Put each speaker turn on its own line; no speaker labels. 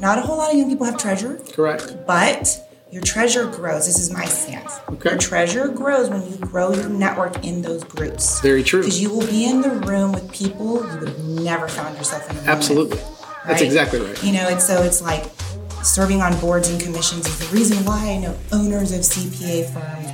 Not a whole lot of young people have treasure,
Correct.
but your treasure grows. This is my stance.
Okay.
Your treasure grows when you grow your network in those groups.
Very true.
Because you will be in the room with people you would have never found yourself in. A room with,
Absolutely. That's
right?
exactly right.
You know, and so it's like serving on boards and commissions is the reason why I know owners of CPA firms